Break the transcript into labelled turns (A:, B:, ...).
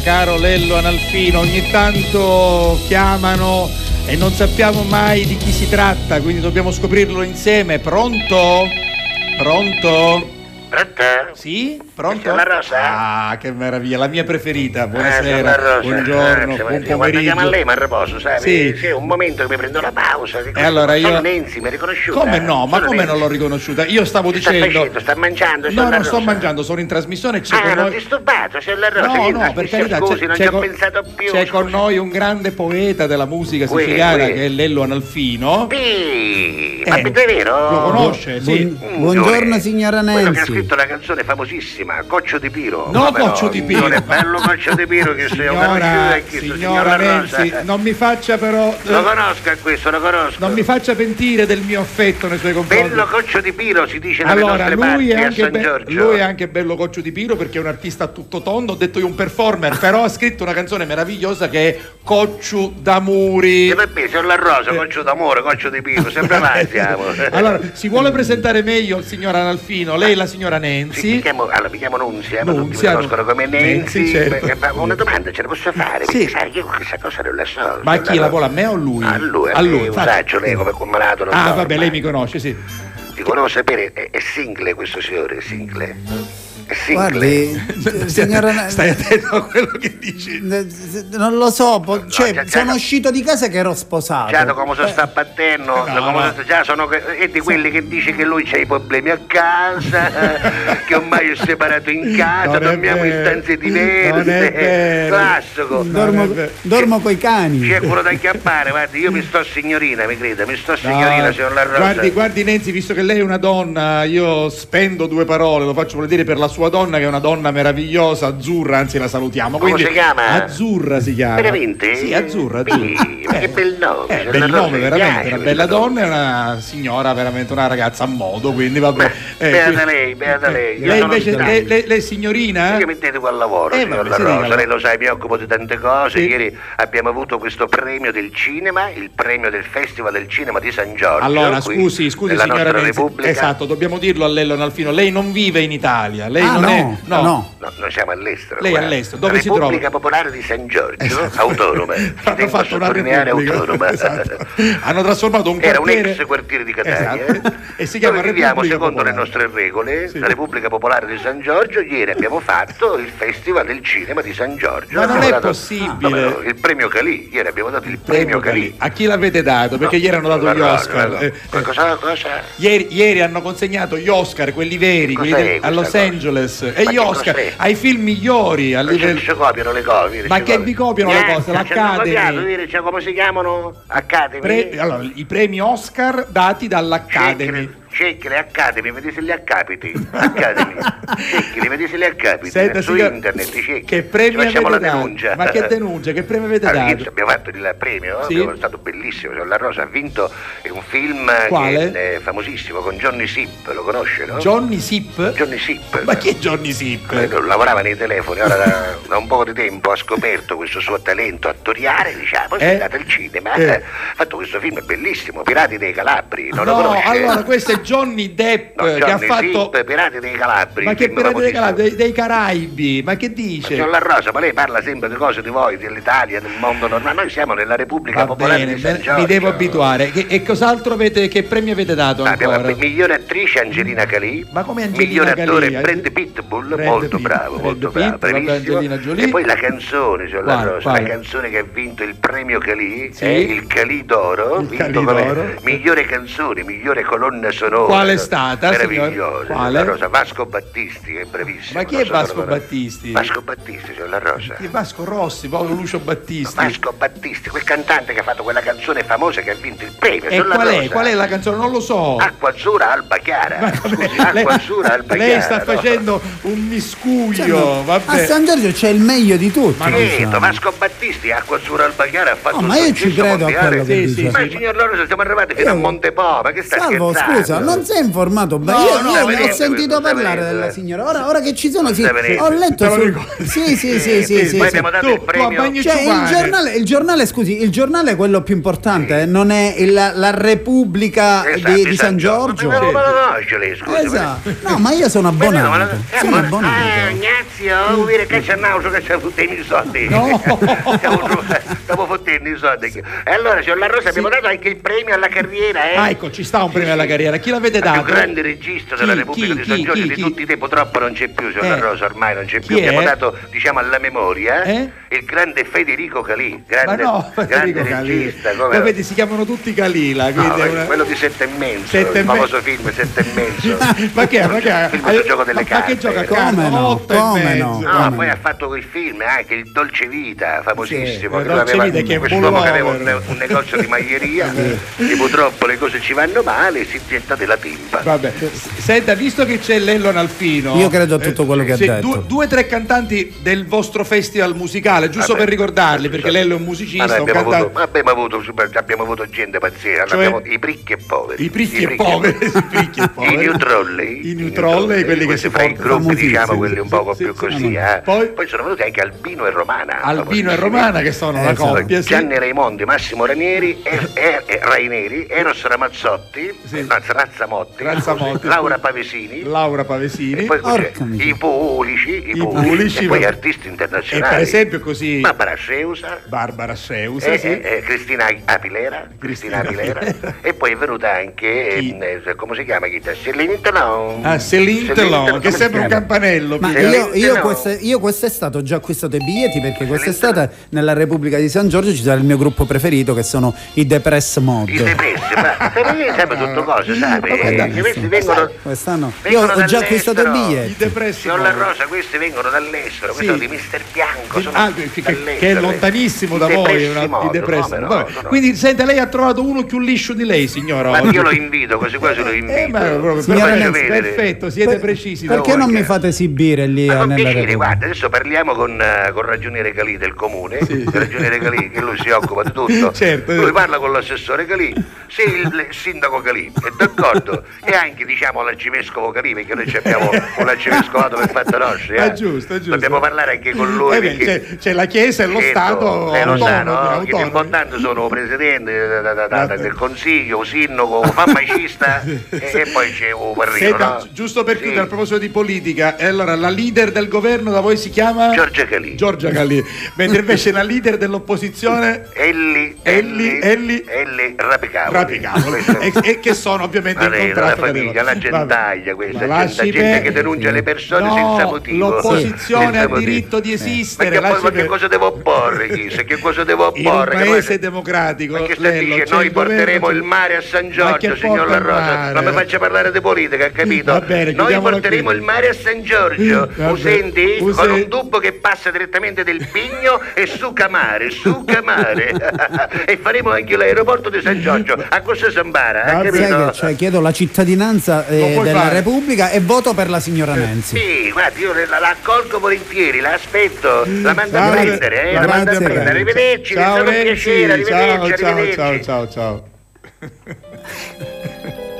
A: Caro Lello Analfino, ogni tanto chiamano e non sappiamo mai di chi si tratta, quindi dobbiamo scoprirlo insieme. Pronto? Pronto?
B: Pronto?
A: Sì? Pronto?
B: Sono la Rosa?
A: Ah, che meraviglia, la mia preferita.
B: Eh, sono la
A: Buonasera,
B: Rosa. Eh,
A: buongiorno,
B: sì,
A: buon
B: Quando chiama
A: pomeriggio.
B: lei mi riposo, sai?
A: Sì.
B: C'è un momento che mi prendo la pausa. che
A: E
B: cosa-
A: allora io...
B: Sono Nenzi, mi hai riconosciuta? eh.
A: Come no? Ma
B: Sono
A: come non
B: Nenzi.
A: l'ho riconosciuta? Io stavo
B: Che sta
A: dicendo...
B: facendo? Sta mangiando? Sono
A: No,
B: la
A: non sto
B: Rosa.
A: mangiando, sono in trasmissione. C'è
B: Ah,
A: con
B: non
A: noi...
B: disturbato, c'è la Rosa.
A: No,
B: Io
A: no,
B: la
A: per
B: stessa-
A: carità,
B: Scusi,
A: c'è,
B: non
A: c'è
B: ci ho
A: con,
B: pensato più.
A: c'è con
B: scusi.
A: noi un grande poeta della musica
B: Uè,
A: siciliana
B: uè.
A: che è Lello Analfino.
B: Sì, ma
A: Eh,
B: è vero?
A: lo conosce, sì.
B: Mm,
C: Buongiorno
B: dove?
C: signora
B: Quello che ha
C: Nancy.
B: scritto la canzone famosissima, Coccio di Piro.
A: No,
B: Ma però,
A: Coccio di Piro.
B: Non è bello Coccio di Piro che sei un conosciuto
A: Signora,
B: e chiesto,
A: signora Renzi,
B: Rosa.
A: non mi faccia però...
B: Eh. Lo
A: eh,
B: conosco a questo, lo conosco.
A: non mi faccia pentire del mio affetto nei suoi confronti.
B: Bello Coccio di Piro si dice dalle
A: Allora,
B: nostre
A: lui
B: parti
A: è,
B: a
A: anche
B: San
A: be-
B: Giorgio.
A: lui è anche bello coccio di Piro perché è un artista a tutto tondo, ho detto io un performer, però ha scritto una canzone meravigliosa che è Cocciu da muri.
B: E vabbè, sono la rosa, Coccio d'amore, Coccio di Piro, sempre là siamo.
A: Allora, si vuole presentare meglio il signor Analfino, lei è la signora
B: Sì, Mi
A: Nenzi.
B: chiamo, allora, mi chiamo Nunzia, ma tutti
A: Nunzia,
B: mi conoscono come Nenzi.
A: Nenzi, certo.
B: Ma- ma una domanda ce la posso fare?
A: Sì.
B: Perché, sai, io questa cosa non la so.
A: Ma a chi
B: la-
A: la vuole a me o a lui?
B: A lui, a lui,
A: fa-
B: usaccio, lei come comanato. non
A: Ah,
B: so
A: vabbè,
B: ormai.
A: lei mi conosce, sì.
B: Ti volevo sapere, è, è single questo signore, è single? È single?
C: Guardi, signora Nancy.
A: Stai attento a quello che dici.
C: Non lo so, po- cioè,
B: già- già-
C: sono uscito di casa che ero sposato.
B: Già da come si sta battendo, da come
A: Eh. no.
B: si- già sono que- è di quelli che dice che lui c'ha i problemi a casa, che ormai è separato in casa,
A: Non è
B: dormiamo in
A: vero.
B: stanze
A: Non è
B: diverse,
A: vero.
B: classico.
C: dormo,
A: No, eh, vabbè.
C: dormo coi cani.
B: C'è quello da acchiappare, guardi, io mi sto signorina, mi creda, mi sto signorina,
A: No,
B: signor La Rosa.
A: guardi, guardi Nenzi, visto che lei è una donna, io spendo due parole, lo faccio volere per la sua donna che è una donna meravigliosa, azzurra, anzi la salutiamo.
B: Come
A: Quindi,
B: si chiama?
A: Azzurra si chiama.
B: Veramente?
A: Sì, azzurra, azzurra.
B: Sì, ma che bel nome,
A: Eh,
B: signor
A: bel
B: La Rosa,
A: nome
B: mi
A: veramente,
B: piace
A: una bella
B: questa
A: donna e una signora, veramente una ragazza a modo, quindi vabbè. Eh,
B: beata
A: quindi- Eh,
B: lei, beata lei. Io
A: Lei
B: sono
A: invece,
B: stato-
A: lei, lei- lei signorina?
B: Io mi dedico al lavoro,
A: Eh,
B: signor
A: vabbè,
B: La
A: si
B: Rosa,
A: dica.
B: lei lo sa, mi occupo di tante cose.
A: Sì.
B: Ieri abbiamo avuto questo premio del cinema, il premio del Festival del Cinema di San Giorgio.
A: Allora,
B: qui,
A: scusi, scusi
B: nella
A: signora
B: nostra
A: Renzi.
B: Repubblica.
A: Esatto, dobbiamo dirlo a Lello Nalfino, lei non vive in Italia, lei
C: Ah,
A: non
C: no,
A: è
C: no.
B: No, noi siamo all'estero.
A: Lei è
B: guarda.
A: all'estero, dove si
B: Repubblica
A: trova? Esatto.
B: Popolare di San Giorgio, autonoma. Ci
A: Hanno
B: tengo a
A: fatto una
B: sottolineare
A: repubblica.
B: autonoma.
A: Esatto. Hanno trasformato un
B: Era un
A: quartiere...
B: ex quartiere di Catania. eh.
A: Esatto. E si chiama
B: Dove viviamo
A: Repubblica
B: secondo le
A: Popolare.
B: nostre regole,
A: Sì.
B: la Repubblica Popolare di San Giorgio. Ieri abbiamo fatto il Festival del Cinema di San Giorgio.
A: Ma non
B: Abbiamo
A: è
B: dato-
A: possibile.
B: No, ma no, il premio Calì, ieri abbiamo dato il premio, Calì.
A: A chi l'avete dato? Perché
B: No,
A: ieri hanno dato
B: no,
A: gli
B: no,
A: Oscar.
B: no, no.
A: Eh,
B: Ma
A: eh,
B: Cosa, cosa?
A: Ieri, ieri hanno consegnato gli Oscar, quelli veri,
B: Cos'è
A: quelli de- a
B: questa
A: Los
B: cosa?
A: Angeles. E
B: Ma
A: gli
B: che
A: Oscar
B: cos'è?
A: ai film migliori a
B: Non ci-
A: livello.
B: Cioè, ci copiano le copie.
A: Ma
B: ci
A: che vi copiano le
B: Niente,
A: cose?
B: non ci hanno
A: L'Academy.
B: copiato, dire, cioè, come si chiamano? Academy.
A: pre- allora, I premi Oscar dati dall'Academy.
B: Cecchile- Cecchile Academy, vedi se li accapiti. Academy. Cecchile, vedi se li accapiti.
A: Senta,
B: su
A: signor-
B: internet, Cecchile.
A: che premio
B: Ci Facciamo la
A: avete dato?
B: denuncia. Ah,
A: Ma che denuncia? Che premio avete
B: Allora,
A: dato?
B: ieri abbiamo fatto il premio,
A: Sì.
B: abbiamo- è stato bellissimo. Cioè, La Rosa ha vinto un film
A: Quale?
B: che è famosissimo con Johnny Sipp, lo conosce, no?
A: Johnny Sip?
B: Johnny Sipp.
A: Ma chi è Johnny Sip?
B: Eh, non lavorava nei telefoni, ora da, da un po' di tempo ha scoperto questo suo talento attoriale, diciamo, è
A: Eh?
B: andato al cinema,
A: Eh.
B: ha fatto questo film bellissimo, Pirati dei Calabri, non lo
A: No,
B: conosce?
A: allora questo è Johnny Depp
B: No,
A: Eh, che ha
B: Johnny
A: fatto.
B: Depp, Pirati dei Calabri.
A: ma che
B: film
A: pirati dei,
B: famosissimo.
A: Calabria, dei, dei Caraibi? Ma che
B: Ma
A: dice?
B: Signor La Rosa, ma lei parla sempre di cose di voi, dell'Italia, del mondo normale. Noi siamo nella Repubblica
A: Va
B: Popolare
A: bene,
B: di San
A: me-
B: Giorgio.
A: mi devo abituare. Che, e cos'altro avete, che premi avete dato
B: Ah, Abbiamo
A: ancora? Mm.
B: migliore attrice Angelina Calì,
A: Ma come Angelina
B: migliore
A: Calì?
B: attore
A: Ange-
B: Brad Pitbull,
A: Brad
B: molto
A: Pitt,
B: bravo,
A: Brad
B: molto
A: Pitt,
B: bravo,
A: vabbè,
B: bravissimo.
A: Angelina Jolie.
B: E poi la canzone, signor La
A: Quale,
B: Rosa,
A: quale?
B: la canzone che ha vinto il premio Calì,
A: Sì.
B: è il Calì d'oro,
A: Il
B: vinto
A: Calì
B: come
A: d'oro.
B: migliore canzone, migliore colonna sonora.
A: Quale è stata, signor?
B: Meravigliosa, signor
A: Quale?
B: La Rosa, Vasco Battisti, che è bravissimo.
A: Ma chi
B: non
A: è
B: so se lo
A: Vasco
B: conosce.
A: Battisti?
B: Vasco Battisti, signor La Rosa.
A: Di Vasco Rossi, Paolo Lucio Battisti.
B: Vasco Battisti, quel cantante che ha fatto quella canzone famosa che ha vinto il premio.
A: e
B: signor La
A: qual è?
B: Rosa.
A: Qual è la canzone? Non lo so.
B: Acqua azzurra alba chiara.
A: Oh. Ma vabbè,
B: Ah, Scusi, acqua azzurra alba
A: lei
B: chiara.
A: sta
B: no?
A: facendo un
C: Cioè,
A: miscuglio,
C: no, a
A: vabbè.
C: San Giorgio c'è il meglio di tutti.
B: Certo, Ma
C: diciamo.
B: che Tomasco Battisti, acqua azzurra alba chiara ha fatto
C: No,
B: un
C: Oh, ma io ci
B: successo
C: credo a
B: mondiale.
C: quello che
A: Sì,
C: dice.
A: sì,
B: Ma
A: sì.
B: signor Lorenzo, siamo arrivati fino a
C: Io-
B: Montepo, ma che sta
C: Salvo,
B: scherzando?
C: scusa, Allora, non si è informato bene.
A: No,
C: io
A: no,
C: io
A: sta
C: ho
B: venendo,
C: sentito
B: sta
C: parlare
B: venendo,
C: della
B: eh.
C: signora. Ora, ora che ci sono, sì,
B: Sta venendo.
C: ho letto.
A: Te lo
C: su-
A: ricordi?
C: Sì, sì, sì, sì, sì,
B: Poi
C: sì.
B: abbiamo dato
A: Tu,
B: il
A: tu
B: premio.
A: abbagni-
C: Cioè, il
A: Giovanni.
C: giornale, il giornale, scusi, il giornale è quello più importante, eh, non è il- la, la Repubblica di-
B: Esatto,
C: di, San Giorgio.
B: Ma non lo conosce lei, scusa.
C: Esatto. No, ma io sono abbonato. Sono
B: Ah,
C: abbonato.
B: Ignazio, vuol dire che c'è naso che ci fottendo i soldi.
A: No.
B: Stiamo tru- Stiamo fottendo i soldi. E allora, signor La Rosa, abbiamo dato anche il premio alla carriera, eh?
A: Ah, ecco, ci sta un premio alla carriera. Chi l'avete
B: Il più
A: dato?
B: grande regista della
A: Chi?
B: Repubblica
A: Chi?
B: di San
A: Chi?
B: Giorgio
A: Chi?
B: di
A: Chi?
B: tutti i tempi, purtroppo non c'è più, signor La
A: Eh.
B: Rosa, ormai non c'è
A: Chi
B: più. Abbiamo
A: è?
B: dato, diciamo, alla memoria,
A: Eh?
B: il grande Federico Calì,
A: Ma
B: grande,
A: no,
B: grande
A: Federico Calì.
B: regista. come
A: Lo
B: no?
A: vedi, si chiamano tutti Calila,
B: No,
A: quindi è una-
B: quello di Sette e Mezzo,
A: Sette e
B: il famoso
A: Mezzo.
B: film Sette e Mezzo.
A: ma che è? Ma
B: Il
A: che è?
B: film sul gioco delle
A: ma, ma che
B: carte. eh.
A: gioca a
C: Come
A: carte?
C: no?
A: Otto e
C: Come
A: mezzo.
C: no?
B: No,
C: Come
B: poi
C: no?
B: ha fatto quel film anche il Dolce Vita, famosissimo.
A: Sì,
B: che
A: Dolce
B: aveva-
A: Vita, che è
B: quest'uomo che aveva
A: pullover.
B: un, un negozio di maglieria, e purtroppo le cose ci vanno male e si getta della timpa.
A: Vabbè, s- senta, visto che c'è Lellon Alfino.
C: Io credo a tutto quello che ha
A: se
C: detto.
A: du- Due o tre cantanti del vostro festival musicale, giusto
B: Vabbè,
A: per ricordarli, perché
B: scusate.
A: Lello è un
B: Ma
A: musicista,
B: noi
A: un
B: abbiamo,
A: cantante.
B: avuto, abbiamo, avuto, super- abbiamo avuto gente pazzesca,
A: Cioè?
B: abbiamo i ricchi e poveri.
A: I pricchi e poveri, i pricchi e poveri.
B: I new trolley.
A: I new trolley, quelli che si
B: fra i
A: portano.
B: gruppi, diciamo,
C: Famosissimi,
B: quelli un
A: sì,
B: poco
A: sì,
B: più
A: sì,
B: così.
A: no, no.
B: eh.
A: Poi-
B: Poi, sono venuti anche Albino e Romana.
A: Albino e
B: famosissimi.
A: Romana, che sono la
C: Eh, sì.
A: coppia. sì.
B: Gianni Raimondi, Massimo Ranieri, Er- Er- Er- Raineri, Eros Ramazzotti,
A: Sì.
B: no, Razzamotti,
A: Razzamotti,
B: Laura
A: sì.
B: Pavesini,
A: Laura Pavesini.
B: e poi così,
C: Porca miseria.
B: i Pulici, i
A: I
B: Pulici,
A: Pulici,
B: e poi
A: vabbè.
B: artisti
A: e
B: internazionali.
A: per esempio così
B: Barbara Sceusa,
A: Barbara Seusa,
B: eh,
A: sì.
B: eh, eh, Cristina Apilera,
A: Cristina
B: Cristina Apilera.
A: Apilera.
B: e poi è venuta anche,
A: Chi?
B: eh, eh, come si chiama, chi c'è? Céline Dion.
A: Ah, Céline Dion, che
B: come si
A: sembra un
B: chiama?
A: campanello.
C: Ma
A: mi-
B: Sì,
C: io,
B: sì,
C: io
B: eh, no.
C: questa- io quest'estate ho già acquistato i biglietti perché quest'estate nella Repubblica di San Giorgio ci sarà il mio gruppo preferito che sono i Depress Mod.
B: Il depresso, ma per me sempre
A: Ah,
B: tutto cose, sai?
C: Ma guarda,
B: eh, Questi vengono...
C: Quest'anno io
B: vengono
C: ho già acquistato i
B: dall'estero.
A: I
C: biglietti.
A: depressi.
B: Signor La Rosa, questi vengono dall'estero,
A: Sì.
B: questi sono di Mister Bianco, sono
A: Ah, che, che-
B: dall'estero.
A: che è lontanissimo da
B: I
A: voi,
B: depressi
A: una, i
B: modo,
A: depressi.
B: come no,
A: Vabbè.
B: no, no.
A: Quindi senta, lei ha trovato uno più liscio di lei, signora.
B: Ma
A: oggi.
B: io lo invito, quasi quasi lo invito.
A: Eh, ma proprio,
B: Lo
C: Signora
B: faccio
A: perfetto,
C: Renzi,
B: vedere.
A: perfetto, siete
C: Per-
A: precisi.
C: Perché
B: No,
C: non mi
B: perché-
C: fate esibire lì
B: Ma
C: eh,
B: con
C: nella
B: piacere,
C: Repubblica?
B: guarda, adesso parliamo con, eh, con Ragioniere Calì del comune, il Ragioniere Calì che lui si occupa di tutto,
A: Certo.
B: lui parla con l'assessore Calì, se il sindaco Calì è d'accordo e anche diciamo l'arcivescovo Calì perché noi ci abbiamo un arcivescovato per fatto nostro, eh.
A: È Ah, giusto, è giusto.
B: dobbiamo parlare anche con lui.
A: Eh beh,
B: perché-
A: c'è- c'è la Chiesa e lo
B: Certo,
A: Stato
B: lei lo sa,
A: autonomi,
B: no? Che
A: autonomi.
B: l'importante sono il presidente eh, da- da- da-
A: Vabbè.
B: del consiglio, il sindaco, il farmacista e, e poi c'è un parrino.
A: Senta,
B: no?
A: giusto per
B: Sì.
A: chiudere a proposito di politica, e allora la leader del governo da voi si chiama
B: Giorgia Calì.
A: Giorgia Calì, mentre invece la leader dell'opposizione
B: Elli,
A: Elli- Elli-
B: Elli Rapicavoli.
A: Rapicavoli
B: Ah, Questo-
A: e, e che sono ovviamente
B: Ma
A: in
B: lei, la
A: contrasto con
B: famiglia,
A: il-
B: la
A: Vabbè.
B: gentaglia questa,
A: Ma
B: la
A: lasci
B: gente, gente che
A: perdere.
B: denuncia le persone
A: No,
B: senza motivo.
A: L'opposizione
B: Senza
A: ha
B: motivo. Eh.
A: diritto di
B: Ma
A: esistere.
B: che,
A: lasci
B: ma che
A: perdere.
B: cosa devo opporre, Chisa? Che cosa devo
A: In un
B: opporre? Che poi-
A: paese democratico,
B: Ma che sta
A: Lello,
B: dicendo?
A: c'è
B: Noi
A: il governo,
B: porteremo
A: c'è-
B: il mare a San
A: Ma che
B: Giorgio, signor
A: porta
B: La
A: il
B: Rosa.
A: mare?
B: Non mi faccia parlare di politica, ha capito?
A: Va bene,
B: Noi
A: chiudiamola
B: porteremo
A: qui.
B: il mare a San Giorgio.
A: Vabbè.
B: O senti?
A: Lo
B: Con
A: sen-
B: un tubo che passa direttamente del Pigno e su Camare, su Camare. e faremo anche l'aeroporto di San Giorgio, a Costa Sambara, ha
A: Ma
C: Sai che,
B: capito?
C: cioè, chiedo la cittadinanza eh,
A: Lo puoi
C: della
A: fare. Eh,
C: Repubblica e voto per la signora Nancy.
B: Sì, guarda, io la, la accolgo volentieri, la aspetto, la mando a
A: Salve.
B: prendere, eh, la, mando a
C: Grazie,
B: prendere.
A: Renzi.
B: Arrivederci, è
A: ciao
B: stato un
A: Renzi,
B: piacere, arrivederci,
A: ciao,
B: arrivederci.
A: ciao, ciao, ciao.